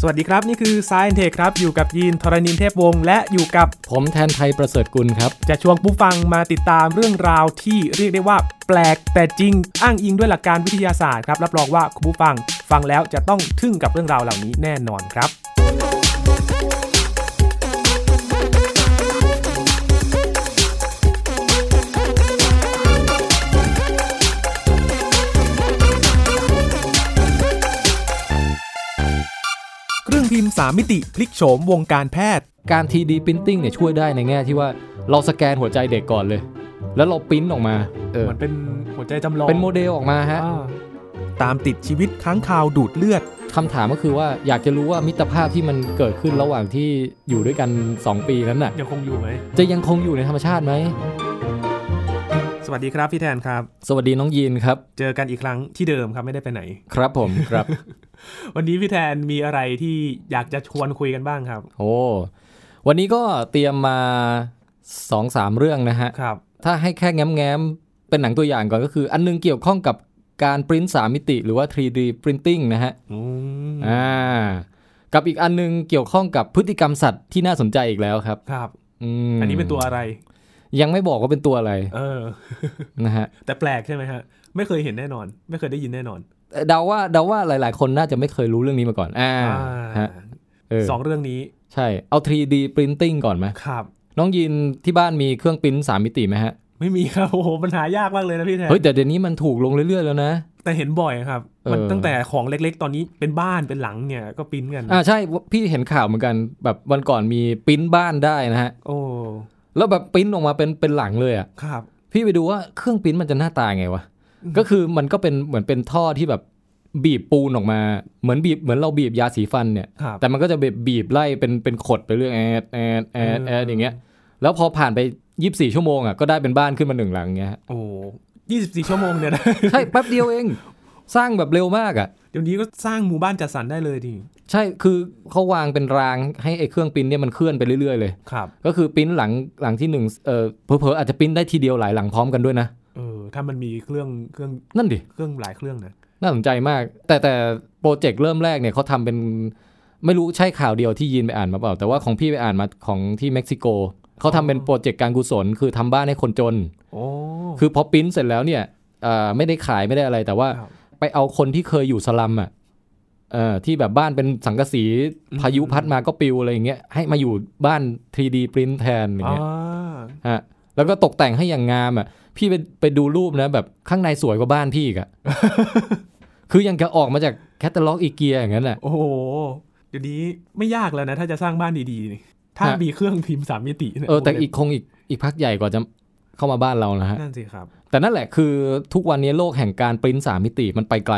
สวัสดีครับ นี่คือ Science Tech ครับ อยู่กับยีนทรณินเทพวงศ์และอยู่กับ ผมแทนไทยประเสริฐกุลครับ จะชวนผู้ฟังมาติดตามเรื่องราวที่เรียกได้ว่า แปลกแต่จริง อ้างอิงด้วยหลักการวิทยาศาสตร์ครับรับรองว่าคุณผู้ฟังฟังแล้วจะต้องทึ่งกับเรื่องราวเหล่านี้แน่นอนครับ เครื่องพิมพ์สามมิติพลิกโฉมวงการแพทย์ การ 3D Printing เนี่ยช่วยได้ในแง่ที่ว่าเราสแกนหัวใจเด็กก่อนเลย แล้วเราปริ้นออกมาเออ มันเป็นหัวใจจำลอง เป็นโมเดลออกมาฮะ อ่าตามติดชีวิตค้างคาวดูดเลือด คำถามก็คือว่าอยากจะรู้ว่ามิตรภาพที่มันเกิดขึ้นระหว่างที่อยู่ด้วยกัน 2 ปีนั้นน่ะ ยังคงอยู่ไหม จะยังคงอยู่ในธรรมชาติไหม สวัสดีครับพี่แทนครับ สวัสดีน้องยีนครับ เจอกันอีกครั้งที่เดิมครับไม่ได้ไปไหน ครับผมครับ วันนี้พี่แทนมีอะไรที่อยากจะชวนคุยกันบ้างครับ โอ้วันนี้ก็เตรียมมา 2-3 เรื่องนะฮะ ครับ ถ้าให้แค่แง้มๆ เป็นหนังตัวอย่างก่อนก็คือ อันนึงเกี่ยวข้องกับการปริ้นสามมิติหรือว่า 3D Printing นะฮะ อืม อ่า กับอีกอันนึงเกี่ยวข้องกับพฤติกรรมสัตว์ที่น่าสนใจอีกแล้วครับ ครับ ม อันนี้เป็นตัวอะไร ยังไม่บอกว่าเป็นตัวอะไร เออ นะฮะ แต่แปลกใช่ไหมฮะ ไม่เคยเห็นแน่นอน ไม่เคยได้ยินแน่นอน เอ่อเดาว่าเดาว่าหลาย ๆ คนน่าจะไม่เคยรู้เรื่องนี้มาก่อน อ่าฮะเออ สองเรื่องนี้ ใช่ เอา 3D Printing ก่อนไหม ครับ น้องยินที่บ้านมีเครื่องปริ้นสามมิติไหมฮะ ไม่มีครับ โอ้โหมันหายากมากเลยนะพี่แทน เฮ้ยแต่เดี๋ยวนี้มันถูกลงเรื่อย ๆ แล้วนะ แต่เห็นบ่อยครับ เออ มันตั้งแต่ของเล็กๆ ตอนนี้เป็นบ้านเป็นหลังเนี่ยก็ปริ้นกัน อ่าใช่พี่เห็นข่าวเหมือนกัน แบบวันก่อนมีปริ้นบ้านได้นะฮะ โอ้ แล้วแบบปริ้นออกมาเป็นเป็นหลังเลยอะ่ะ ครับ พี่ไปดูว่าเครื่องปริ้นมันจะหน้าตาไงวะก็คือมันก็เป็นเหมือนเป็นท่อที่แบบบีบปูนออกมาเหมือนบีบเหมือนเราบีบยาสีฟันเนี่ย ครับ แต่มันก็จะแบบบีบไล่เป็นเป็นขดไปเรื่องแอดแอดแอดแอดอย่างเงี้ย แล้วพอผ่านไป 24 ชั่วโมงอ่ะก็ได้เป็นบ้านขึ้นมาหนึ่งหลังเงี้ยฮะ โอ้ยี่สิบสี่ชั่วโมงเนี่ยนะ ใช่แป๊บเดียวเอง สร้างแบบเร็วมากอ่ะ เดี๋ยวนี้ก็สร้างหมู่บ้านจัดสรรได้เลยดิ ใช่คือเขาวางเป็นรางให้ไอ้เครื่องปริ้นเนี่ยมันเคลื่อนไปเรื่อยๆเลย ครับ ก็คือปริ้นหลังหลังที่หนึ่งเออเผลอๆอาจจะปริ้นได้ทีเดียวหลายหลังพร้อมกันด้วยนะ เออถ้ามันมีเครื่องเครื่อง นั่นดิ เครื่องหลายเครื่องนะ น่าสนใจมาก แต่แต่โปรเจกต์เริ่มแรกเนี่ยเขาทำเป็นไม่รู้ใช่ข่าวเดียวที่ยินไปอ่านมาเปล่า แต่ว่าของพี่ไปอ่านมาของที่เม็กซิโกเขาทำเป็นโปรเจกต์การกุศล คือทำบ้านให้คนจน โอ้ คือพอปริ้นเสร็จแล้วเนี่ยเอ่อไม่ได้ขายไม่ได้อะไร แต่ว่า ครับ ไปเอาคนที่เคยอยู่สลัมอ่ะเอ่อที่แบบบ้านเป็นสังกะสี อืม พายุพัดมาก็ปลิวอะไรอย่างเงี้ยให้มาอยู่บ้าน 3D ปริ้นแทนอย่าง อ่า เงี้ย ฮะแล้วก็ตกแต่งให้อย่างงามอ่ะ พี่ไปไปดูรูปนะ แบบข้างในสวยกว่าบ้านพี่อีกอะ คือยังจะออกมาจากแคตตาล็อกอีเกียอย่างนั้นแหละ โอ้โหเดี๋ยวนี้ไม่ยากแล้วนะ ถ้าจะสร้างบ้านดีๆนี่ถ้า ฮะ มีเครื่องพิมพ์สามมิตินี่ย เออ แต่ โโห อีกคงอีกอีกพักใหญ่กว่าจะเข้ามาบ้านเรานะฮะ นั่นสิครับ แต่นั่นแหละคือทุกวันนี้โลกแห่งการปริ้นสามมิติมันไปไกล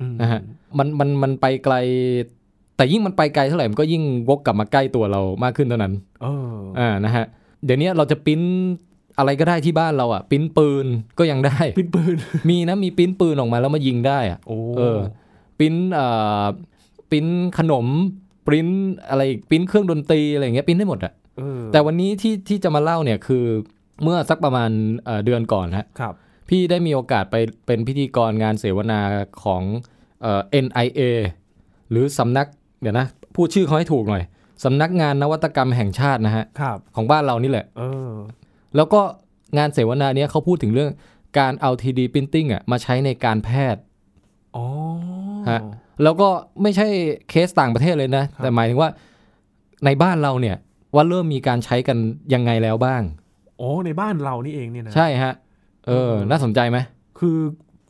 อืม นะฮะ มันมันมันไปไกล แต่ยิ่งมันไปไกลเท่าไหร่มันก็ยิ่งวกกลับมาใกล้ตัวเรามากขึ้นเท่านั้น เออ อ่านะฮะ เดี๋ยวนี้เราจะปริ้นอะไรก็ได้ที่บ้านเราอ่ะปริ้นปืนก็ยังได้ ปิดปืน มีนะมีปริ้นปืนออกมาแล้วมายิงได้อ่ะ โอ้ เออปริ้นเอ่อปริ้นขนมปริ้นอะไรอีกปริ้นเครื่องดนตรีอะไรอย่างเงี้ยปริ้นได้หมดอะ เออ แต่วันนี้ที่ที่จะมาเล่าเนี่ยคือเมื่อสักประมาณเอ่อเดือนก่อนฮะ ครับ พี่ได้มีโอกาสไปเป็นพิธีกรงานเสวนาของเอ่อ NIA หรือสำนักเดี๋ยวนะพูดชื่อเขาให้ถูกหน่อยสำนักงานนวัตกรรมแห่งชาตินะฮะ ครับ ของบ้านเรานี่แหละ เออ แล้วก็งานเสวนาเนี้ยเขาพูดถึงเรื่องการเอา 3D printing อ่ะมาใช้ในการแพทย์ อ๋อ ฮะ แล้วก็ไม่ใช่เคสต่างประเทศเลยนะ ครับ แต่หมายถึงว่าในบ้านเราเนี่ย ว่าเริ่มมีการใช้กันยังไงแล้วบ้าง โอ้ในบ้านเรานี่เองเนี่ยนะ ใช่ฮะ เออ เออ น่าสนใจไหม คือ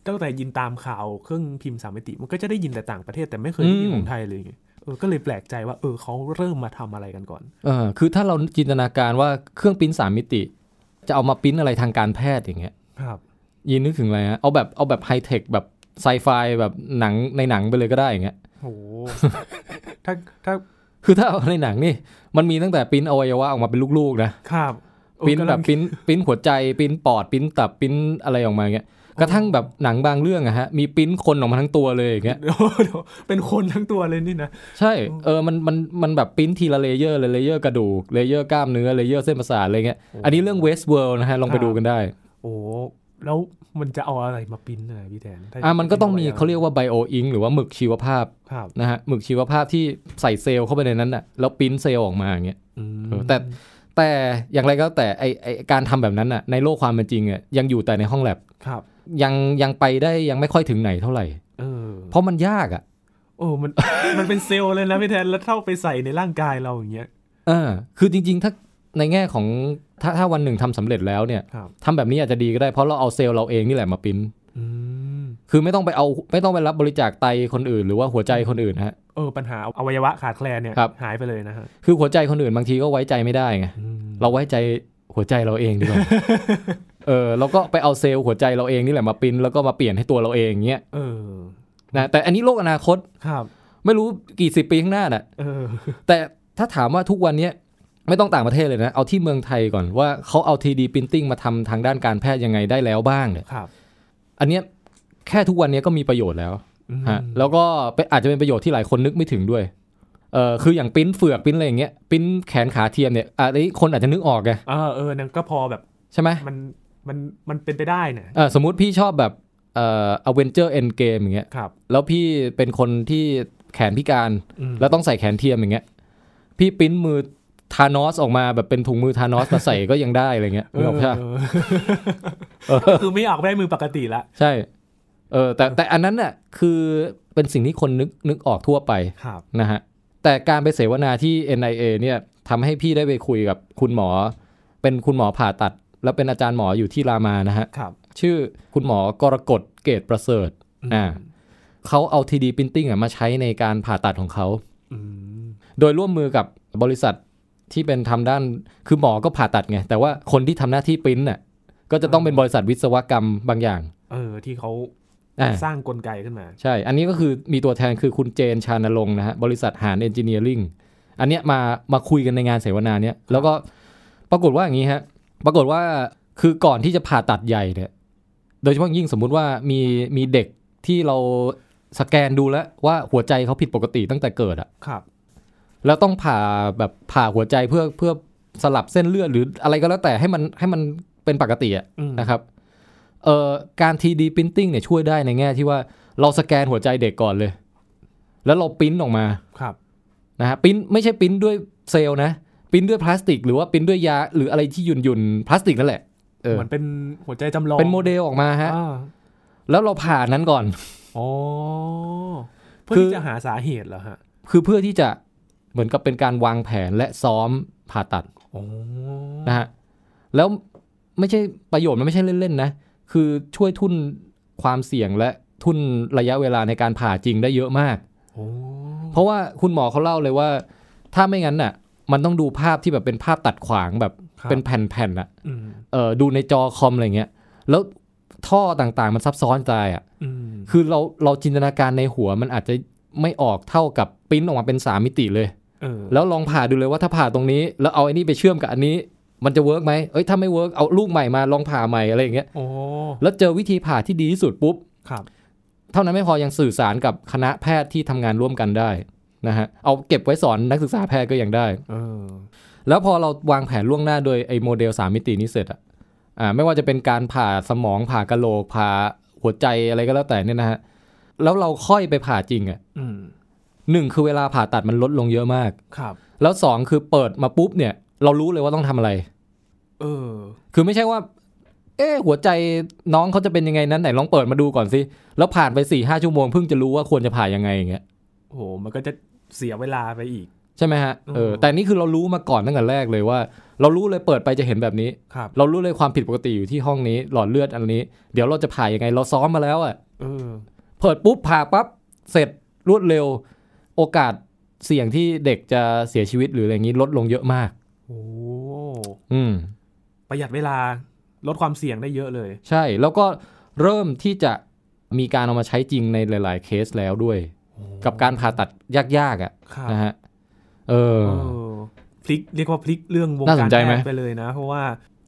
ตั้งแต่ยินตามข่าวเครื่องพิมพ์สามมิติ มันก็จะได้ยินแต่ต่างประเทศแต่ไม่เคยได้ยิน อืม ของไทยเลยไงเออก็เลยแปลกใจว่าเออเขาเริ่มมาทำอะไรกันก่อน เออ คือถ้าเราจินตนาการว่าเครื่องปริ้นสามมิติ จะเอามาปริ้นอะไรทางการแพทย์อย่างเงี้ย ครับ ยินนึกถึงอะไรฮะ เอาแบบเอาแบบไฮเทคแบบไซไฟแบบหนังในหนังไปเลยก็ได้อย่างเงี้ย โห ถ้าถ้า คือถ้าเอาในหนังนี่ มันมีตั้งแต่ปริ้นอวัยวะออกมาเป็นลูกๆนะ ครับเออ ปริ้นแบ กำลั บ ง ปริ้นปริ้นหัวใจปริ้นปอดปริ้นตับปริ้นอะไรออกมาอย่างเงี้ยกระทั่งแบบหนังบางเรื่องอะฮะมีปริ้นคนออกมาทั้งตัวเลยอย่างเงี้ย เดี๋ยวเดี๋ยวเป็นคนทั้งตัวเลยนี่นะ ใช่เออมันมันมันแบบปริ้นทีละเลเยอร์เลยเลเยอร์กระดูกเลเยอร์กล้ามเนื้อเลเยอร์เส้นประสาทอะไรเงี้ยอันนี้เรื่องเวสเวิลด์นะฮะลองไปดูกันได้ โอ้ แล้วมันจะเอาอะไรมาปริ้นท์อะพี่แทนถ้า อ่ะมันก็ต้องมี ป็นวย่ เขาเรียกว่าไบโออิงหรือว่าหมึกชีวภาพ ครับ นะฮะหมึกชีวภาพที่ใส่เซลล์เข้าไปในนั้นน่ะแล้วปริ้นเซลล์ออกมาอย่างเงี้ย อืม เออแต่ แต่อย่างไรก็แต่ไอไอการทำแบบนั้นน่ะในโลกความเป็นจริงอ่ะยังอยู่แต่ในห้องแลบ ครับ ยังยังไปได้ยังไม่ค่อยถึงไหนเท่าไหร่ เออ เพราะมันยากอ่ะ โอ้มัน มันเป็นเซลล์เลยนะพี่แทนแล้วเท่าไปใส่ในร่างกายเราอย่างเงี้ย เออคือจริง ๆ ถ้าในแง่ของถ้าถ้าวันหนึ่งทำสำเร็จแล้วเนี่ย ครับ ทำแบบนี้อาจจะดีก็ได้เพราะเราเอาเซลล์เราเองนี่แหละมาปริ้น อืม คือไม่ต้องไปเอาไม่ต้องไปรับบริจาคไตคนอื่น หรือว่าหัวใจคนอื่นนะฮะ เออปัญหาอวัยวะขาดแคลนเนี่ย ครับ หายไปเลยนะฮะ คือหัวใจคนอื่นบางทีก็ไว้ใจไม่ได้ไง อืม เราไว้ใจหัวใจเราเองดีกว่า เออเราก็ไปเอาเซลล์หัวใจเราเองนี่แหละมาปริ้นแล้วก็มาเปลี่ยนให้ตัวเราเองอย่างเงี้ย เออ นะแต่อันนี้โลกอนาคต ครับ ไม่รู้กี่สิบปีข้างหน้าน่ะ เออ แต่ถ้าถามว่าทุกวันเนี้ยไม่ต้องต่างประเทศเลยนะ เอาที่เมืองไทยก่อนว่าเขาเอา 3D printing มาทำทางด้านการแพทย์ยังไงได้แล้วบ้างเนี่ย ครับ อันเนี้ยแค่ทุกวันเนี้ยก็มีประโยชน์แล้ว อืม ฮะแล้วก็เป็นอาจจะเป็นประโยชน์ที่หลายคนนึกไม่ถึงด้วย เออคืออย่างปริ้นเฟือกปริ้นอะไรอย่างเงี้ยปริ้นแขนขาเทียมเนี่ยอันนี้คนอาจจะนึกออกไง เออเออนั่นก็พอแบบ ใช่ไหม มันมันมันเป็นไปได้นะ เออสมมุติพี่ชอบแบบเอ่ออเวนเจอร์เอ็นเกมอย่างเงี้ย ครับ แล้วพี่เป็นคนที่แขนพิการ อืม แล้วต้องใส่แขนเทียมอย่างเงี้ยพี่ปริ้นมือทานอสออกมาแบบเป็นถุงมือทานอสมาใส่ ก็ยังได้อะไรเงี้ย เอ นึกอ อ อกใช่ปะ เออ ก็คือไม่ออกได้มือปกติละ ใช่เออแต่แต่อันนั้นน่ะคือเป็นสิ่งที่คนนึกนึกออกทั่วไป ครับ นะฮะแต่การไปเสวนาที่ NIA เนี่ยทำให้พี่ได้ไปคุยกับคุณหมอ เป็นคุณหมอผ่าตัด แล้วเป็นอาจารย์หมออยู่ที่รามานะฮะ ครับ ชื่อคุณหมอกรกฎเกตประเสริฐ ม อ่า เขาเอา 3D Printing อะมาใช้ในการผ่าตัดของเขา อืม โดยร่วมมือกับบริษัทที่เป็นทำด้านคือหมอก็ผ่าตัดไง แต่ว่าคนที่ทำหน้าที่ปริ้นน่ะก็จะต้องเป็นบริษัทวิศวกรรมบางอย่าง เออที่เขา อ่า สร้างกลไกขึ้นมา ใช่ อันนี้ก็คือมีตัวแทนคือคุณเจนชานลงค์นะฮะ บริษัทหานเอนจิเนียริง อันเนี้ยมามาคุยกันในงานเสวนาเนี้ยแล้วก็ปรากฏว่าอย่างนี้ฮะ ปรากฏว่าคือก่อนที่จะผ่าตัดใหญ่เนี่ยโดยเฉพาะยิ่งสมมุติว่ามีมีเด็กที่เราสแกนดูแล้วว่าหัวใจเขาผิดปกติตั้งแต่เกิดอะ ครับ แล้วต้องผ่าแบบผ่าหัวใจเพื่อเพื่อสลับเส้นเลือดหรืออะไรก็แล้วแต่ให้มันให้มันเป็นปกติอะ อืม นะครับเอ่อการ 3D printing เนี่ยช่วยได้ในแง่ที่ว่าเราสแกนหัวใจเด็กก่อนเลย แล้วเราปริ้นออกมา ครับ นะฮะปริ้นไม่ใช่ปริ้นด้วยเซลล์นะปริ้นด้วยพลาสติก หรือว่าปริ้นด้วยยาหรืออะไรที่หยุ่นหยุ่นๆพลาสติกนั่นแหละเออ เหมือนเป็นหัวใจจำลอง เป็นโมเดลออกมาฮะ อ่า แล้วเราผ่านั้นก่อน อ๋อเพื่อ คือ ที่จะหาสาเหตุเหรอฮะ คือเพื่อที่จะเหมือนกับเป็นการวางแผนและซ้อมผ่าตัด อ๋อ นะฮะแล้วไม่ใช่ประโยชน์มันไม่ใช่เล่นๆนะคือช่วยทุนความเสี่ยงและทุนระยะเวลาในการผ่าจริงได้เยอะมาก โอ้ เพราะว่าคุณหมอเขาเล่าเลยว่า ถ้าไม่งั้นน่ะมันต้องดูภาพที่แบบเป็นภาพตัดขวางแบบ ครับ เป็นแผ่นๆน่ะ อืม เออดูในจอคอมอะไรเงี้ย แล้วท่อต่างๆมันซับซ้อนตายอ่ะ อืม คือเราเราจินตนาการในหัวมันอาจจะไม่ออกเท่ากับปริ้นออกมาเป็นสามมิติเลย เออ แล้วลองผ่าดูเลยว่าถ้าผ่าตรงนี้ แล้วเอาไอ้นี่ไปเชื่อมกับอันนี้ มันจะเวิร์กไหมเอ้ยถ้าไม่เวิร์กเอาลูกใหม่มาลองผ่าใหม่อะไรอย่างเงี้ย โอ้ แล้วเจอวิธีผ่าที่ดีที่สุดปุ๊บ ครับ เท่านั้นไม่พอยังสื่อสารกับคณะแพทย์ที่ทำงานร่วมกันได้นะฮะ เอาเก็บไว้สอนนักศึกษาแพทย์ก็ยังได้ เออ แล้วพอเราวางแผนล่วงหน้าโดยไอ้โมเดล 3 มิตินี้เสร็จอะอ่าไม่ว่าจะเป็นการผ่าสมองผ่ากะโหลกผ่าหัวใจอะไรก็แล้วแต่เนี่ยนะฮะ แล้วเราค่อยไปผ่าจริงอะ อืม หนึ่งคือเวลาผ่าตัดมันลดลงเยอะมาก ครับ แล้ว 2 คือเปิดมาปุ๊บเนี่ย เรารู้เลยว่าต้องทำอะไร เออ คือไม่ใช่ว่า เอ๊ะหัวใจน้องเขาจะเป็นยังไงนั้นไหนลองเปิดมาดูก่อนสิแล้วผ่านไป4ี่ห้าชั่วโมงเพิ่งจะรู้ว่าควรจะผ่ายังไงอย่างเงี้ย โอ้โหมันก็จะเสียเวลาไปอีก ใช่ไหมฮะเออ อืม แต่นี่คือเรารู้มาก่อนตั้งแต่แรกเลยว่า เรารู้เลยเปิดไปจะเห็นแบบนี้ ครับ เรารู้เลยความผิดปกติอยู่ที่ห้องนี้หลอดเลือดอันนี้ เดี๋ยวเราจะผ่ายังไง เราซ้อมมาแล้วอะ่ะ เออ เปิดปุ๊บผ่าปั๊บเสร็จรวดเร็ว โอกาสเสี่ยงที่เด็กจะเสียชีวิตหรืออะไรอย่างนี้ลดลงเยอะมาก โอ้ อืม ประหยัดเวลาลดความเสี่ยงได้เยอะเลย ใช่แล้วก็เริ่มที่จะมีการเอามาใช้จริงในหลาย ๆ เคสแล้วด้วย กับการผ่าตัดยากๆอะ ครับ ่ะนะฮะเออ เออพลิกเรียกว่าพลิกเรื่องวง น่าส การ นใจไหม แพทย์ไปเลยนะ เพราะว่า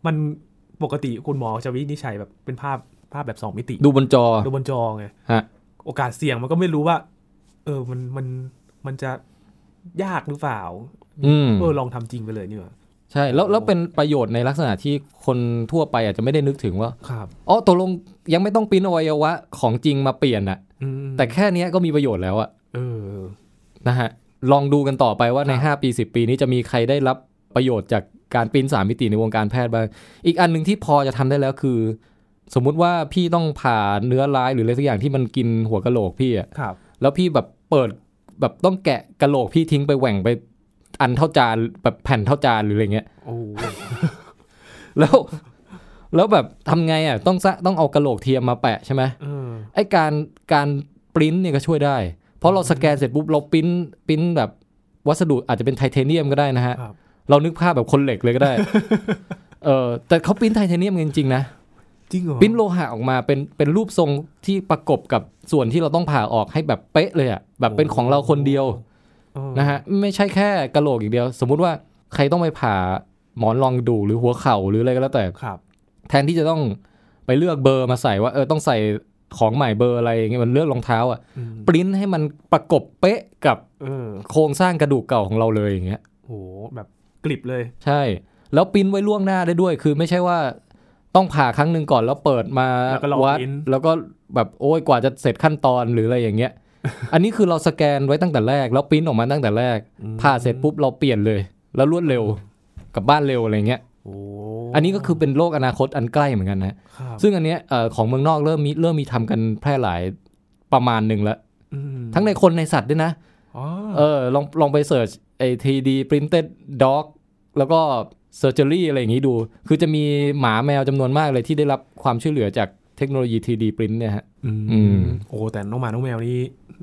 มันปกติคุณหมอจะวินิจฉัยแบบเป็นภาพภาพแบบสองมิติ ดูบนจอ ดูบนจอไง ฮะ โอกาสเสี่ยงมันก็ไม่รู้ว่า เออมันมันมันจะยากหรือเปล่า อืม เออลองทำจริงไปเลยนี่หว่า ใช่แล้วแล้วเป็นประโยชน์ในลักษณะที่คนทั่วไปอาจจะไม่ได้นึกถึงว่า ครับ อ๋อตกลงยังไม่ต้องปริ้นอวัยวะของจริงมาเปลี่ยนอะ อืม แต่แค่เนี้ยก็มีประโยชน์แล้วอะ เออ นะฮะลองดูกันต่อไปว่าใน ครับ 5 ปี 10 ปีนี้จะมีใครได้รับประโยชน์จากการปริ้นสามมิติในวงการแพทย์บ้าง อีกอันหนึ่งที่พอจะทำได้แล้วคือ สมมุติว่าพี่ต้องผ่าเนื้อร้ายหรืออะไรสักอย่างที่มันกินหัวกะโหลกพี่อะ ครับ แล้วพี่แบบเปิดแบบต้องแกะกะโหลกพี่ทิ้งไปแหว่งไปอันเท่าจานแบบแผ่นเท่าจานหรืออะไรเงี้ย โอ้ แล้วแล้วแบบทำไงอ่ะต้องซะต้องเอากะโหลกเทียมมาแปะใช่ไหม เออ ไอการการปริ้นเนี่ยก็ช่วยได้ เพราะเราสแกนเสร็จปุ๊บเราปริ้นปริ้นแบบวัสดุอาจจะเป็นไทเทเนียมก็ได้นะฮะ ครับ เรานึกภาพแบบคนเหล็กเลย ก็ได้ เออแต่เขาปริ้นไทเทเนียมกันจริงๆนะ จริงเหรอ ปริ้นโลหะออกมาเป็นเป็นรูปทรงที่ประกบกับส่วนที่เราต้องผ่าออกให้แบบเป๊ะเลยอะแบบเป็นของเราคนเดียว เออ นะฮะไม่ใช่แค่กะโหลกอย่างเดียว สมมุติว่าใครต้องไปผ่าหมอนรองกระดูกหรือหัวเข่าหรืออะไรก็แล้วแต่ ครับ แทนที่จะต้องไปเลือกเบอร์มาใส่ว่าเออต้องใส่ของใหม่เบอร์อะไรอย่างเงี้ยมันเลือกรองเท้าอ่ะ อืม ปริ้นให้มันประกบเป๊ะกับ เออ โครงสร้างกระดูกเก่าของเราเลยอย่างเงี้ย โหแบบกริบเลย ใช่ แล้วปริ้นไว้ล่วงหน้าได้ด้วย คือไม่ใช่ว่าต้องผ่าครั้งหนึ่งก่อนแล้วเปิดมา แล้วก็ลอง วัด ปริ้น แล้วก็แบบโอ้ยกว่าจะเสร็จขั้นตอนหรืออะไรอย่างเงี้ย อันนี้คือเราสแกนไว้ตั้งแต่แรก แล้วปริ้นออกมาตั้งแต่แรก ผ่าเสร็จปุ๊บเราเปลี่ยนเลย แล้วรวดเร็วกลับบ้านเร็วอะไรเงี้ย โอ้ อันนี้ก็คือเป็นโลกอนาคตอันใกล้เหมือนกันนะ ครับ ซึ่งอันเนี้ยเอ่อของเมืองนอกเริ่มมีเริ่มมีทำกันแพร่หลายประมาณหนึ่งแล้ว อืม ทั้งในคนในสัตว์ด้วยนะ อ๋อ เออลองลองไปเสิร์ชไอ้ 3D printed dog แล้วก็ surgery อะไรอย่างนี้ดู คือจะมีหมาแมวจำนวนมากเลยที่ได้รับความช่วยเหลือจากเทคโนโลยี 3D print เนี่ยฮะ อื อืมมโอ้แต่น้องหมาน้องแมวนี่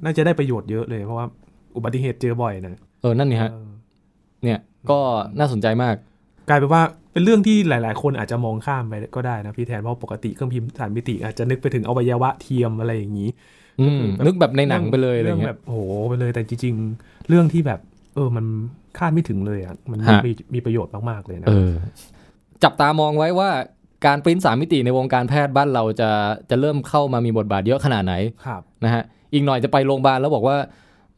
น่าจะได้ประโยชน์เยอะเลยเพราะว่าอุบัติเหตุเจอบ่อยนะ เออ นั่นนี่ฮะ เออ เนี่ยก็น่าสนใจมาก กลายเป็นว่าเป็นเรื่องที่หลาย ๆ คนอาจจะมองข้ามไปก็ได้นะพี่แทนเพราะปกติเครื่องพิมพ์สารมิติ อาจจะนึกไปถึงอวัยวะเทียมอะไรอย่างนี้ อืม นึกแบบในหนังไปเลยอะไร รื่อง เงี้ แบ ย บโอ้โหไปเลยแต่จริงๆ เรื่องที่แบบ เออมันคาดไม่ถึงเลยอ่ะมัน ฮะ มีมีประโยชน์มากๆเลยนะ เออ จับตามองไว้ว่าการปริ้นสามมิติในวงการแพทย์บ้านเราจะจะเริ่มเข้ามามีบทบาทเยอะขนาดไหน ครับ นะฮะ อีกหน่อยจะไปโรงพยาบาลแล้วบอกว่า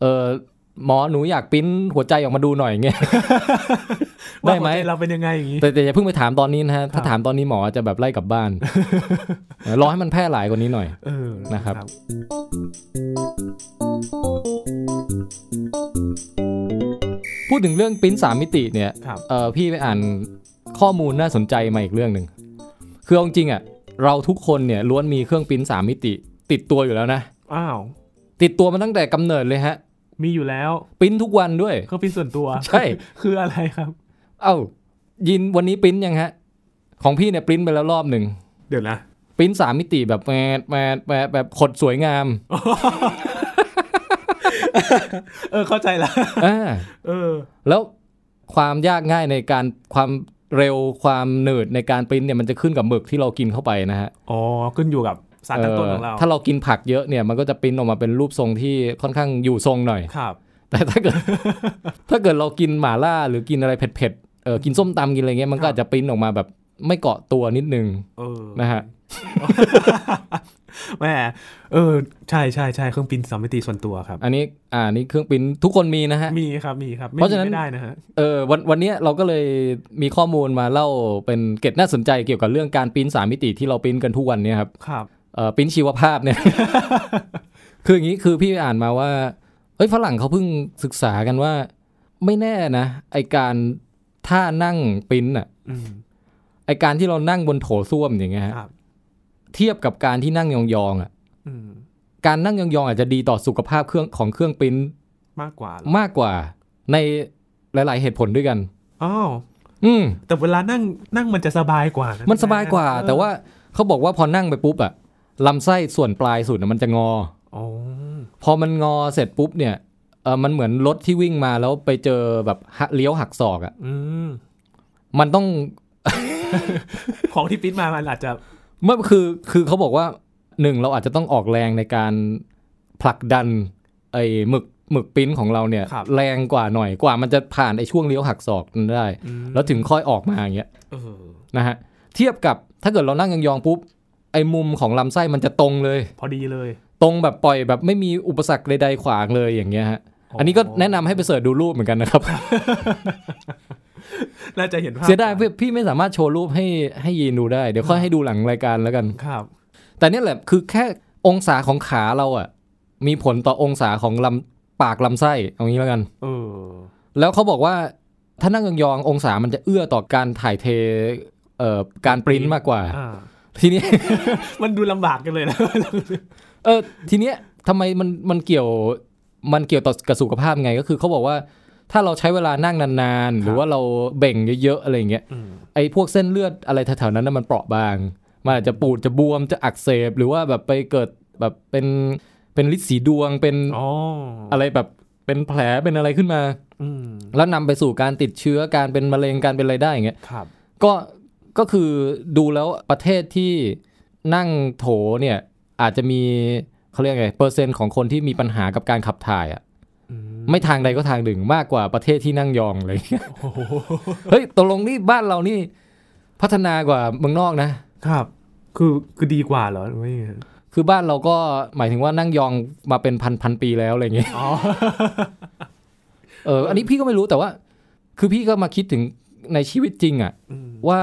เออหมอหนูอยากปริ้นหัวใจออกมาดูหน่อยเงี้ย ได้ ว่า ไหม หัวใจเราเป็นยังไงอย่างนี้ แต่แต่อย่าเพิ่งไปถามตอนนี้นะฮะ ถ้าถามตอนนี้หมอจะแบบไล่กลับ บ้าน เออรอให้มันแพร่หลายกว่านี้หน่อย เออ นะครับ พูดถึงเรื่องปริ้นสามมิติเนี่ย ครับ เออพี่ไปอ่านข้อมูลน่าสนใจมาอีกเรื่องหนึ่ง คือเอาจริงๆอ่ะ เราทุกคนเนี่ยล้วนมีเครื่องปริ้นสามมิติ ติดตัวอยู่แล้วนะ อ้าว ติดตัวมาตั้งแต่กำเนิดเลยฮะ มีอยู่ แล้ว ปริ้นทุกวันด้วย เครื่องพิมพ์ส่วนตัว ใช่ คืออะไรครับ เอ้า ยินวันนี้ปริ้นยังฮะ ของพี่เนี่ยปริ้นไปแล้วรอบหนึ่ง เดี๋ยวนะ ปริ้นสามมิติแบบแมดแมดแมดแบบขดสวย งาม เออเข้าใจละ อ่า เออ แล้วความยากง่ายในการความเร็วความหนืดในการปริ้นเนี่ยมันจะขึ้นกับหมึกที่เรากินเข้าไปนะฮะ อ๋อขึ้นอยู่กับสารตั้งต้น เอ ของเรา อถ้าเรากินผักเยอะเนี่ยมันก็จะปริ้นออกมาเป็นรูปทรงที่ค่อนข้างอยู่ทรง หน่อย ครับ แต่ถ้าเกิด ถ้าเกิดเรากินหม่าล่าหรือกินอะไรเผ็ดๆเออกินส้มตำกินอะไรเงี้ยมันก็ ครับ อาจจะปริ้นออกมาแบบไม่เกาะตัวนิดนึง เออ นะฮะ แหม่เออใช่ใช่ใช่เครื่องพิมพ์สามมิติส่วนตัวครับ อันนี้อ่านี่เครื่องปริ้นทุกคนมีนะฮะ มีครับมีครับไม่ เพราะฉะนั้น มีไม่ได้นะฮะ เออวันวันเนี้ยเราก็เลยมีข้อมูลมาเล่าเป็นเกร็ดน่าสนใจเกี่ยวกับเรื่องการปริ้นสามมิติที่เราปริ้นกันทุกวันเนี่ยครับ ครับ เอ่อปริ้นชีวภาพเนี่ย คืออย่างนี้คือพี่ไปอ่านมาว่าเอ้ยฝรั่งเขาเพิ่งศึกษากันว่า ไม่แน่นะไอการท่านั่งปริ้นอะ อืม ไอการที่เรานั่งบนโถส้วมอย่างเงี้ยฮะ ครับ เทียบกับการที่นั่งยองๆอะ อืม การนั่งยองๆอาจจะดีต่อสุขภาพเครื่องของเครื่องปริ้น มากกว่าเหรอ มากกว่าในหลาย ๆ เหตุผลด้วยกัน อ้าว อืม แต่เวลานั่งนั่งมันจะสบายกว่า มั มัน สบายกว่า แต่ว่าเขาบอกว่าพอนั่งไปปุ๊บอะลำไส้ส่วนปลายสุดอะมันจะงอ อ๋อ พอมันงอเสร็จปุ๊บเนี่ยเออมันเหมือนรถที่วิ่งมาแล้วไปเจอแบบหักเลี้ยวหักศอกอะ อืม มันต้อง ของที่ปิ้นมามันอาจจะ เมื่อคือคือเขาบอกว่าหนึ่งเราอาจจะต้องออกแรงในการผลักดันไอ้หมึกหมึกปริ้นของเราเนี่ย แรงกว่าหน่อยกว่ามันจะผ่านไอ้ช่วงเลี้ยวหักศอกนั้นได้ อืม แล้วถึงค่อยออกมาอย่างเงี้ย เออ นะฮะเทียบกับถ้าเกิดเรานั่งยองๆปุ๊บไอ้มุมของลำไส้มันจะตรงเลย พอดีเลย ตรงแบบปล่อยแบบไม่มีอุปสรรคใดๆขวางเลยอย่างเงี้ยฮะ อ๋ออั อันนี้ก็แนะนำให้ไปเสิร์ชดูรูปเหมือนกันนะครับ น่าจะเห็นภาพ เสียดายพี่พี่ไม่สามารถโชว์รูปให้ให้ยีนดูได้ เดี๋ยวค่อยให้ดูหลังรายการแล้วกัน ครับ แต่เนี่ยแหละคือแค่องศาของขาเราอะมีผลต่อองศาของลำปากลำไส้เอางี้แล้วกัน เออ แล้วเขาบอกว่าถ้านั่งยองๆองศามันจะเอื้อต่อการถ่ายเทเอ่อการปริ้นมากกว่า อ่า ทีเนี้ย มันดูลำบากกันเลยนะ เออทีเนี้ยทำไมมันมันเกี่ยวมันเกี่ยวต่อกับสุขภาพไงก็คือเขาบอกว่าถ้าเราใช้เวลานั่งนานๆ หรือว่าเราเบ่งเยอะๆอะไรอย่างเงี้ย อืม ไอ้พวกเส้นเลือดอะไรแถวๆนั้นนะมันเปราะบางมันอาจจะปูดจะบวมจะอักเสบ หรือว่าแบบไปเกิดแบบเป็นเป็นลิ์สีดวงเป็น อ๋ออ อะไรแบบเป็นแผลเป็นอะไรขึ้นมา อืม แล้วนำไปสู่การติดเชื้อการเป็นมะเร็งการเป็นอะไรได้อย่างเงี้ย ครับ ก็ก็คือดูแล้วประเทศที่นั่งโถเนี่ย อาจจะมีเขาเรียกไงเปอร์เซ็นต์ของคนที่มีปัญหากับการขับถ่ายอะ อืม ไม่ทางใดก็ทางหนึ่งมากกว่าประเทศที่นั่งยองเลย โอ้โห เฮ้ยตกลงนี่บ้านเรานี่พัฒนากว่าเมืองนอกนะ ครับ คือคือดีกว่าเหรอหรือว่ายังไง คือบ้านเราก็หมายถึงว่านั่งยองมาเป็นพันพันปีแล้วอะไรเงี้ย อ๋อ เอออันนี้พี่ก็ไม่รู้แต่ว่า คือพี่ก็มาคิดถึงในชีวิตจริงอะ อืม ว่า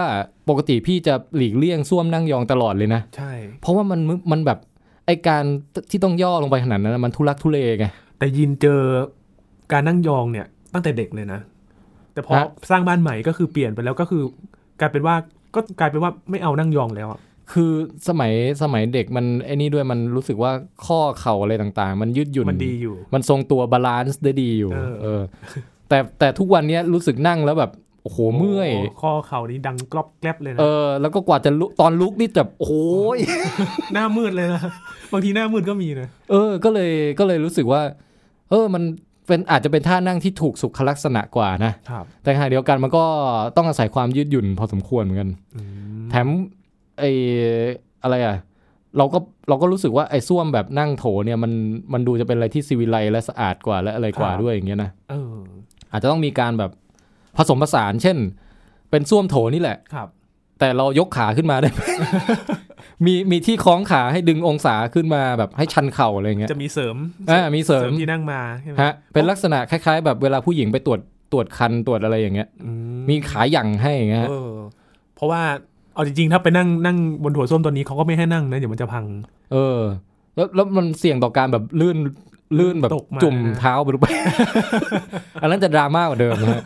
ปกติพี่จะหลีกเลี่ยงส้วมนั่งยองตลอดเลยนะ ใช่ เพราะว่ามันมึมันแบบไอการที่ต้องย่อลงไปขนาดนั้นนะมันทุลักทุเลไง แต่ยินเจอการนั่งยองเนี่ยตั้งแต่เด็กเลยนะ แต่พอ ฮะ สร้างบ้านใหม่ก็คือเปลี่ยนไปแล้วก็คือกลายเป็นว่าก็กลายเป็นว่าไม่เอานั่งยองแล้วอะ คือสมัยสมัยเด็กมันไอนี่ด้วยมันรู้สึกว่าข้อเข่าอะไรต่างๆ มันยืดหยุ่น มันดีอยู่ มันทรงตัวบาลานซ์ได้ดีอยู่ เออ เออแต่แต่ทุกวันเนี้ยรู้สึกนั่งแล้วแบบโอ้โหเมื่อย โโหข้อเข่านี้ดังกรอบแกลบเลยนะ เออแล้วก็กว่าจะลุกตอนลุกนี่จะโอ้โหย หน้ามืดเลยนะ บางทีหน้ามืดก็มีนะ เออ ก็เลยก็เลยรู้สึกว่า เออมันเป็นอาจจะเป็นท่านั่งที่ถูกสุขลักษณะกว่านะครับ แต่ขณะเดียวกันมันก็ต้องอาศัยความยืดหยุ่นพอสมควรเหมือนกัน อืม แถมไอ้อะไรอ่ะ เราก็เราก็รู้สึกว่าไอ้ส้วมแบบนั่งโถเนี่ยมันมันดูจะเป็นอะไรที่ซีวิไลซ์และสะอาดกว่าและอะไรกว่าด้วยอย่างเงี้ยนะ เออ อาจจะต้องมีการแบบผสมผสาน เช่น เป็นส้วมโถนี่แหละ ครับ แต่เรายกขาขึ้นมาได้ ไหม มีมีที่คล้องขาให้ดึงองศาขึ้นมาแบบให้ชันเข่าอะไรอย่างเงี้ย จะมีเสริม อ่ามีเสริม ที่นั่งมาใช่ไหม ฮะเป็นลักษณะคล้าย ๆ แบบเวลาผู้หญิงไปตรวจตรวจคันตรวจอะไรอย่างเงี้ย อื มีขาหยั่งให้อย่างเงี้ย เออ เพราะว่าเอาจริงๆถ้าไปนั่งนั่งบนหัวส้วมตัวนี้เขาก็ไม่ให้นั่งนะเดี๋ยวมันจะพัง เออ แล้วแล้วมันเสี่ยงต่อการแบบลื่นลื่นแบบ ตกมา จุ่มเท้าไป รู้ปะ อันนั้นจะดราม่ากว่าเดิมนะฮะ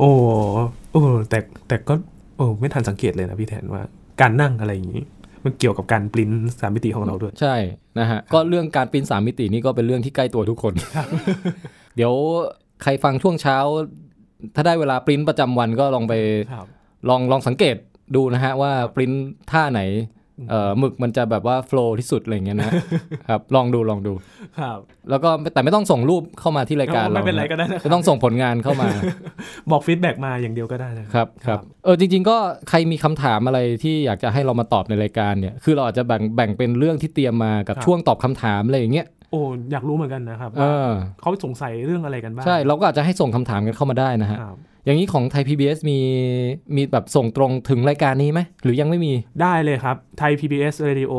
โอ้โอ้แต่แต่ก็โอ้ไม่ทันสังเกตเลยนะพี่แทนว่า การนั่งอะไรอย่างนี้ มันเกี่ยวกับการปริ้นสามมิติของเราด้วย ใช่นะฮะ ก็เรื่องการปีนสามมิตินี่ก็เป็นเรื่องที่ใกล้ตัวทุกคน เดี๋ยวใครฟังช่วงเช้า ถ้าได้เวลาปริ้นประจำวันก็ลองไป ครับ ลองลองสังเกตดูนะฮะ ว่าปริ้นท่าไหนเอ่อหมึกมันจะแบบว่าโฟล์ที่สุดอะไรอย่างเงี้ย นะ ครับลองดูลองดู ครับ แล้วก็แต่ไม่ต้องส่งรูปเข้ามาที่รายการเรา ไม่เป็นไรก็ได้นะ ไม่ต้องส่งผลงานเข้ามา บอกฟีดแบ็กมาอย่างเดียวก็ได้นะ ครับครับเออจริง ๆ ก็ใครมีคำถามอะไรที่อยากจะให้เรามาตอบในรายการเนี่ย คือเราอาจจะแบ่งแบ่งเป็นเรื่องที่เตรียมมากับ ครับ ช่วงตอบคำถามอะไรอย่างเงี้ย โอ้อยากรู้เหมือนกันนะครับ เอ ว่า อ เขาสงสัยเรื่องอะไรกันบ้าง ใช่เราก็อาจจะให้ส่งคำถามกันเข้ามาได้นะฮะ ครับ อย่างนี้ของไทย PBS มีมีแบบส่งตรงถึงรายการนี้ไหมหรือยังไม่มี ได้เลยครับไทย PBS Radio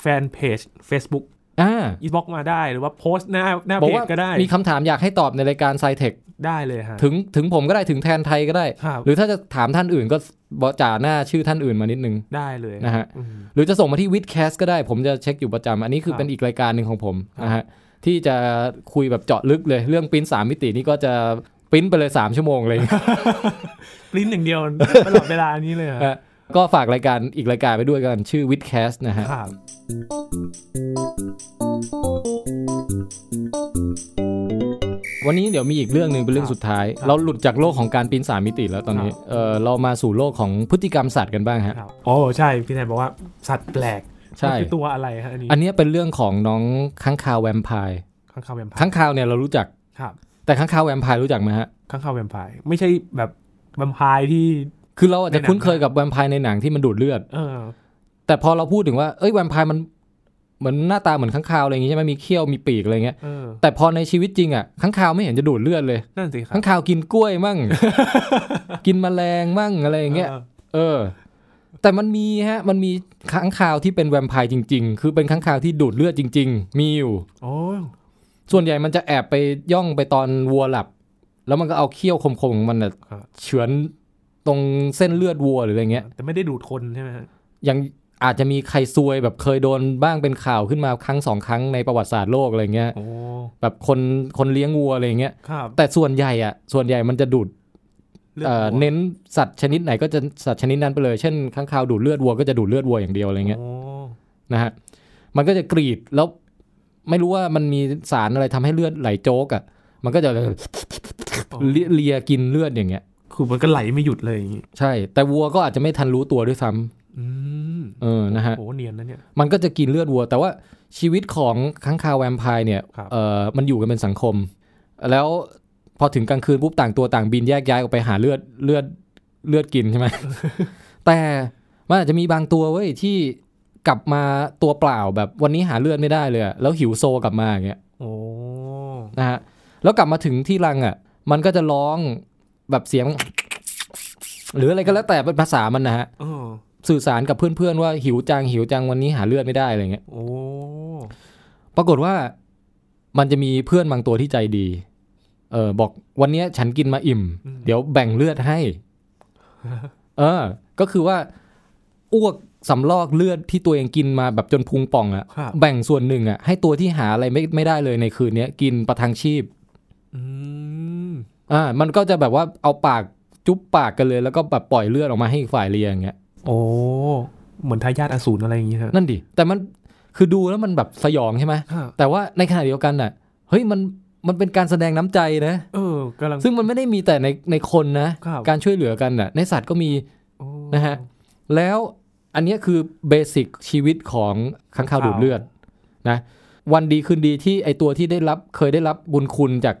แฟนเพจ Facebook อ่า อีบ็อกมาได้หรือว่าโพสต์หน้าหน้า บอ เพจกว่า ก็ได้ มีคำถามอยากให้ตอบในรายการไซเทค ได้เลยฮะ ถึงถึงผมก็ได้ถึงแทนไทยก็ได้ ครับ หรือถ้าจะถามท่านอื่นก็บอกจ่าหน้าชื่อท่านอื่นมานิดนึง ได้เลย นะฮะ อืม หรือจะส่งมาที่วิดแคสก็ได้ผมจะเช็คอยู่ประจำอันนี้คือ ครับ เป็นอีกรายการหนึ่งของผมนะฮะที่จะคุยแบบเจาะลึกเลย เรื่องปริ้นสามมิตินี่ก็จะปริ้นไปเลย 3 ชั่วโมงเลย ปริ้นอย่างเดียวตลอดเวลานี้เลยฮะ ฮะ ก็ฝากรายการอีกรายการไปด้วยกันชื่อวิดแคสนะฮะ ครับ วันนี้เดี๋ยวมีอีกเรื่องหนึ่งเป็นเรื่องสุดท้าย เราหลุดจากโลกของการปริ้นสามมิติแล้วตอนนี้เออเรามาสู่โลกของพฤติกรรมสัตว์กันบ้างฮะ ครับโอ้ใช่พี่แทนบอกว่าสัตว์แปลก ใช่ มันคือตัวอะไรฮะอันนี้ อันเนี้ยเป็นเรื่องของน้องค้างคาวแวมไพร์ ข้างคาวแวมไพร์ ค้างคาวเนี่ยเรารู้จัก ครับ แต่ค้างคาวแวมไพร์รู้จักไหมฮะ ข้างคาวแวมไพร์ไม่ใช่แบบแวมไพร์ที่ คือเราอาจจะ ในหนัง คุ้นเคยกับแวมไพร์ในหนังที่มันดูดเลือด เออ แต่พอเราพูดถึงว่า เอ้ยแวมไพร์มันเหมือนหน้าตาเหมือนข้างคาวอะไรอย่างงี้ใช่ไหมมีเขี้ยวมีปีกอะไรเงี้ย เออ แต่พอในชีวิตจริงอ่ะข้างคาวไม่เห็นจะดูดเลือดเลย นั่นสิครั ข้างคาวกินกล้วยมั่ ง กินแมลงมั่งอะไรอย่างเงี้ย เออ แต่มันมีฮะ มันมีข้างคาวที่เป็นแวมไพร์จริง ๆ คือเป็นข้างคาวที่ดูดเลือดจริง ๆ มีอยู่ โอ้ ส่วนใหญ่มันจะแอบไปย่องไปตอนวัวหลับ แล้วมันก็เอาเขี้ยวคมๆของมันน่ะ ครับ เฉือนตรงเส้นเลือดวัวหรืออะไรเงี้ย แต่ไม่ได้ดูดคนใช่ไหมฮะ ยังอาจจะมีใครซวยแบบเคยโดนบ้างเป็นข่าวขึ้นมาครั้งสองครั้งในประวัติศาสตร์โลกอะไรเงี้ย โอ้ แบบคนคนเลี้ยงวัวอะไรเงี้ย ครับ แต่ส่วนใหญ่อะส่วนใหญ่มันจะดูด ลืด เอ่อ วัว เน้นสัตว์ชนิดไหนก็จะสัตว์ชนิดนั้นไปเลยเช่นข้างคาวดูดเลือดวัวก็จะดูดเลือดวัวอย่างเดียวอะไรเงี้ย โอ้ นะฮะมันก็จะกรีดแล้วไม่รู้ว่ามันมีสารอะไรทำให้เลือดไหลโจกอะมันก็จะเลียเลียกินเลือดอย่างเงี้ย คือมันก็ไหลไม่หยุดเลยอย่างงี้ ใช่ แต่วัวก็อาจจะไม่ทันรู้ตัวด้วยซ้ำ อืม เออนะฮะ โอ้เนียนนะเนี่ย มันก็จะกินเลือดวัว แต่ว่าชีวิตของค้างคาวแวมไพร์เนี่ย ครับ เอ่อมันอยู่กันเป็นสังคม แล้วพอถึงกลางคืนปุ๊บต่างตัวต่างบินแยกย้ายออกไปหาเลือดเลือดเลือดกินใช่ไหม แต่มันอาจจะมีบางตัวเว้ยที่กลับมาตัวเปล่าแบบวันนี้หาเลือดไม่ได้เลยอะแล้วหิวโซกลับมาอย่างเงี้ย โอ้ นะฮะแล้วกลับมาถึงที่รังอ่ะ มันก็จะร้องแบบเสียง หรืออะไรก็แล้วแต่เป็นภาษามันนะฮะ เออ สื่อสารกับเพื่อนๆว่าหิวจังหิวจังวันนี้หาเลือดไม่ได้อะไรเงี้ย โอ้ ปรากฏว่ามันจะมีเพื่อนบางตัวที่ใจดี เออบอกวันเนี้ยฉันกินมาอิ่ม อืม เดี๋ยวแบ่งเลือดให้ เออ ก็คือว่าอ้วกสำลอกเลือดที่ตัวเองกินมาแบบจนพุงป่องอะ ครับ แบ่งส่วนหนึ่งอะให้ตัวที่หาอะไรไม่ไม่ได้เลยในคืนเนี้ยกินประทังชีพ อืม อ่า มันก็จะแบบว่าเอาปากจุ๊บปากกันเลย แล้วก็แบบปล่อยเลือดออกมาให้อีกฝ่ายเลียอย่างเงี้ย โอ้เหมือนทายาทอสูรอะไรอย่างงี้ฮะ นั่นดิแต่มันคือดูแล้วมันแบบสยองใช่ไหม ฮะ แต่ว่าในขณะเดียวกันน่ะเฮ้ยมันมันเป็นการแสดงน้ำใจนะ เออกำลัง ซึ่งมันไม่ได้มีแต่ในในคนนะ ครับ การช่วยเหลือกันน่ะในสัตว์ก็มี โอ้ นะฮะ แล้วอันเนี้ยคือเบสิกชีวิตของค้างคาวดูดเลือดนะวันดีคืนดีที่ไอตัวที่ได้รับเคยได้รับบุญคุณจาก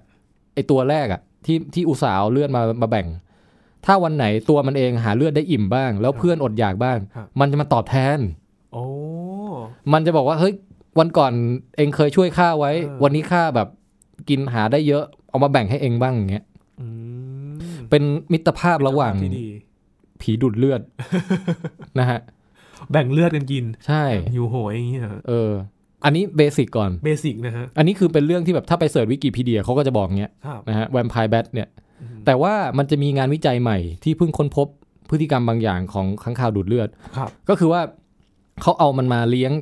ไอตัวแรกอะที่ที่อุตสาห์เอาเลือดมามาแบ่ง ถ้าวันไหนตัวมันเองหาเลือดได้อิ่มบ้าง แล้วเพื่อนอดอยากบ้าง ครับ มันจะมาตอบแทน โอ้ มันจะบอกว่าเฮ้ยวันก่อนเองเคยช่วยข้าไว้ เออ วันนี้ข้าแบบกินหาได้เยอะเอามาแบ่งให้เองบ้างอย่างเงี้ย อืม เป็นมิตรภาพระหว่าง เป็นภพที่ดี ผีดูดเลื อด นะฮะ แบ่งเลือดกันกิน ใช่ อยู่โหยอย่างงี้เหรอ เออ อันนี้เบสิกก่อน เบสิกนะฮะ อันนี้คือเป็นเรื่องที่แบบถ้าไปเสิร์ชวิกิพีเดียเขาก็จะบอกเงี้ย ครับ นะฮะแวมไพร์แบทเนี่ย แต่ว่ามันจะมีงานวิจัยใหม่ที่เพิ่งค้นพบพฤติกรรมบางอย่างของข้างคาวดูดเลือด ครับ ก็คือว่าเขาเอามันมาเลี้ยง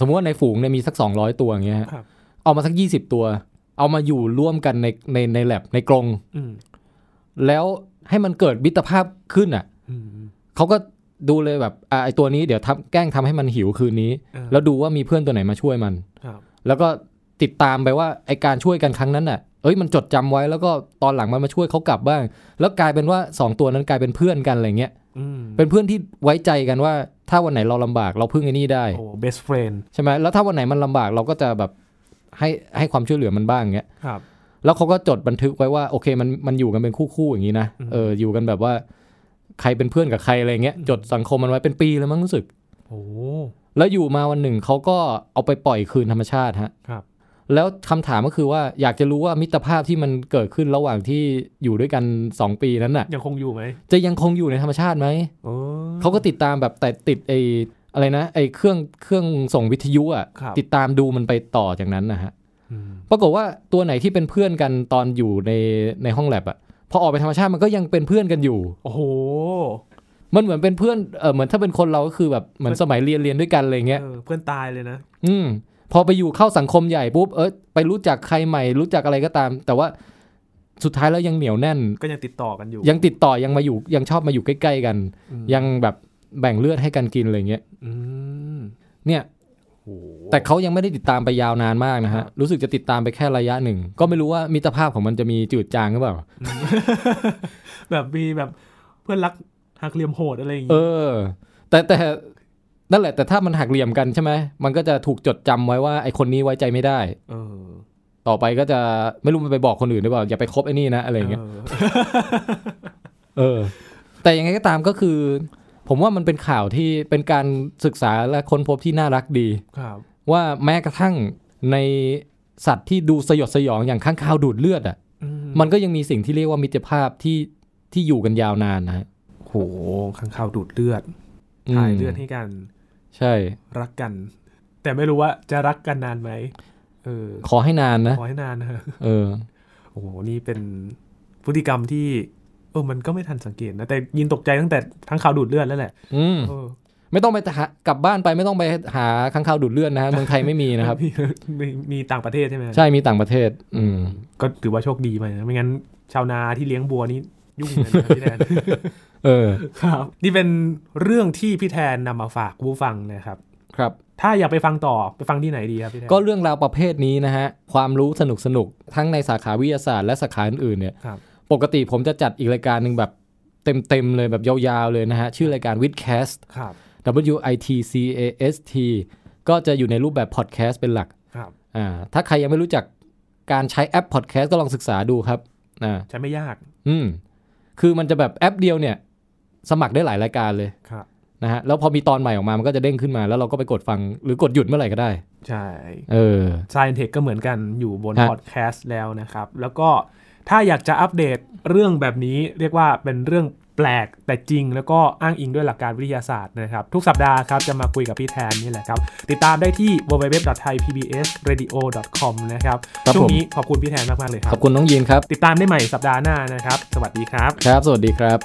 สมมติว่าในฝูงเนี่ยมีสัก 200 ตัวอย่างเงี้ยฮะ ครับ เอามาสัก 20 ตัว เอามาอยู่ร่วมกันในในในแลบในกรง อืม แล้วให้มันเกิดมิตรภาพขึ้นอ่ะ อืม เขาก็ดูเลยแบบอ่ะไอตัวนี้เดี๋ยวทำแกล้งทำให้มันหิวคืนนี้ เออ แล้วดูว่ามีเพื่อนตัวไหนมาช่วยมัน ครับ แล้วก็ติดตามไปว่าไอการช่วยกันครั้งนั้นน่ะ เอ้ยมันจดจำไว้แล้วก็ตอนหลังมันมาช่วยเขากลับบ้าง แล้วกลายเป็นว่าสองตัวนั้นกลายเป็นเพื่อนกันอะไรเงี้ย อืม เป็นเพื่อนที่ไว้ใจกันว่า ถ้าวันไหนเราลำบากเราพึ่งไอ้นี่ได้ โอ้ best friend ใช่ไหมแล้วถ้าวันไหนมันลำบากเราก็จะแบบให้ให้ความช่วยเหลือมันบ้างเงี้ย ครับ แล้วเขาก็จดบันทึกไว้ว่าโอเคมันมันอยู่กันเป็นคู่ๆอย่างนี้นะ อืม เอออยู่กันแบบว่าใครเป็นเพื่อนกับใครอะไรเงี้ย จดสังคมมันไว้เป็นปีแล้วมั้งรู้สึก โอ้ แล้วอยู่มาวันหนึ่งเขาก็เอาไปปล่อยคืนธรรมชาติฮะ ครับ แล้วคำถามก็คือว่าอยากจะรู้ว่ามิตรภาพที่มันเกิดขึ้นระหว่างที่อยู่ด้วยกัน 2 ปีนั้นน่ะ ยังคงอยู่ไหม จะยังคงอยู่ในธรรมชาติไหม โอ้ เขาก็ติดตามแบบแต่ติดไอ้อะไรนะไอ้เครื่องเครื่องส่งวิทยุอ่ะ ครับ ติดตามดูมันไปต่อจากนั้นนะฮะ อืม ปรากฏว่าตัวไหนที่เป็นเพื่อนกันตอนอยู่ในในห้องแลบอะพอออกไปธรรมชาติมันก็ยังเป็นเพื่อนกันอยู่ โอ้โห มันเหมือนเป็นเพื่อนเออเหมือนถ้าเป็นคนเราก็คือแบบเหมือนสมัยเรียนเรียนด้วยกันอะไรเงี้ย เออเพื่อนตายเลยนะ อืมพอไปอยู่เข้าสังคมใหญ่ปุ๊บเออไปรู้จักใครใหม่ รู้จักอะไรก็ตาม แต่ว่าสุดท้ายแล้วยังเหนียวแน่น ก็ยังติดต่อกันอยู่ ยังติดต่อยังมาอยู่ยังชอบมาอยู่ใกล้ๆกัน อืม ยังแบบแบ่งเลือดให้กันกินอะไรเงี้ย อืม เนี่ย โอ้โห แต่เขายังไม่ได้ติดตามไปยาวนานมากนะฮะรู้สึกจะติดตามไปแค่ระยะหนึ่งก็ไม่รู้ว่ามิตรภาพของมันจะมีจืดจางหรือเปล่า แบบมีแบบเพื่อนรักหักเหลี่ยมโหดอะไรอย่าง เอ งี้ อ แต่แต่นั่นแหละแต่ถ้ามันหักเหลี่ยมกันใช่ไหมมันก็จะถูกจดจำไว้ว่าไอคนนี้ไว้ใจไม่ได้ เออ ต่อไปก็จะไม่รู้มันไปบอกคนอื่นหรือเปล่าอย่าไปคบไอ้นี่นะอะไรอย่างเงี้ย เออ เออ แต่ยังไงก็ตามก็คือ ผมว่ามันเป็นข่าวที่เป็นการศึกษาและค้นพบที่น่ารักดี ครับ ว่าแม้กระทั่งในสัตว์ที่ดูสยดสยองอย่างข้างคาวดูดเลือดอ่ะ อื มันก็ยังมีสิ่งที่เรียกว่ามิตรภาพที่ที่อยู่กันยาวนานนะฮะ โหข้างข่าวดูดเลือดถ่ายเลือดให้กัน ใช่ รักกัน แต่ไม่รู้ว่าจะรักกันนานไหมเออ ขอให้นานนะ ขอให้นานนะ เออ โอ้โหนี่เป็น พฤติกรรมที่เออมันก็ไม่ทันสังเกตนะแต่ยินตกใจตั้งแต่ทั้งข่าวดูดเลือดแล้วแหละ อืม เออ ไม่ต้องไปหากลับบ้านไปไม่ต้องไปหาข้างคาวดูดเลือดนะฮะเมืองไทยไม่มีนะครับ มีมี มีต่างประเทศใช่ไหม ใช่มีต่างประเทศ อืม ก็ถือว่าโชคดีไปนะไม่งั้นชาวนาที่เลี้ยงบัวนี่ยุ่งเลยนะ พี่แทน เออ ครับนี่เป็นเรื่องที่พี่แทนนำมาฝากผู้ฟังนะครับ ครับ ถ้าอยากไปฟังต่อไปฟังที่ไหนดีครับพี่แทน ก็เรื่องราวประเภทนี้นะฮะ ความรู้สนุกสนุกๆทั้งในสาขาวิทยาศาสตร์และสาขาอื่นๆเนี่ย ครับ ปกติผมจะจัดอีกรายการหนึ่งแบบเต็มๆเลยแบบยาวๆเลยนะฮะ ชื่อรายการวิดแคส ครับ W I T C A S T ก็จะอยู่ในรูปแบบพอดแคสต์เป็นหลัก ครับ อ่าถ้าใครยังไม่รู้จักการใช้แอปพอดแคสต์ก็ลองศึกษาดูครับอ่า ใช้ไม่ยาก อืมคือมันจะแบบแอปเดียวเนี่ย สมัครได้หลายรายการเลย ครับ นะฮะแล้วพอมีตอนใหม่ออกมามันก็จะเด้งขึ้นมา แล้วเราก็ไปกดฟังหรือกดหยุดเมื่อไหร่ก็ได้ ใช่ เออ Science Tech ก็เหมือนกันอยู่บน ฮะ พอดแคสต์แล้วนะครับ แล้วก็ถ้าอยากจะอัปเดตเรื่องแบบนี้เรียกว่าเป็นเรื่องแปลกแต่จริง แล้วก็อ้างอิงด้วยหลักการวิทยาศาสตร์นะครับ ทุกสัปดาห์ครับจะมาคุยกับพี่แทนนี่แหละครับ ติดตามได้ที่ www.thaipbsradio.com นะครับ ครับ ช่ว ผ ง ม นี้ขอบคุณพี่แทนมากๆเลยค ข รั อ บบ คุณน้องยีนครับ ติดตามได้ใหม่สัปดาห์หน้านะครับ สวัสดีครับ ครับ สวัสดีครับ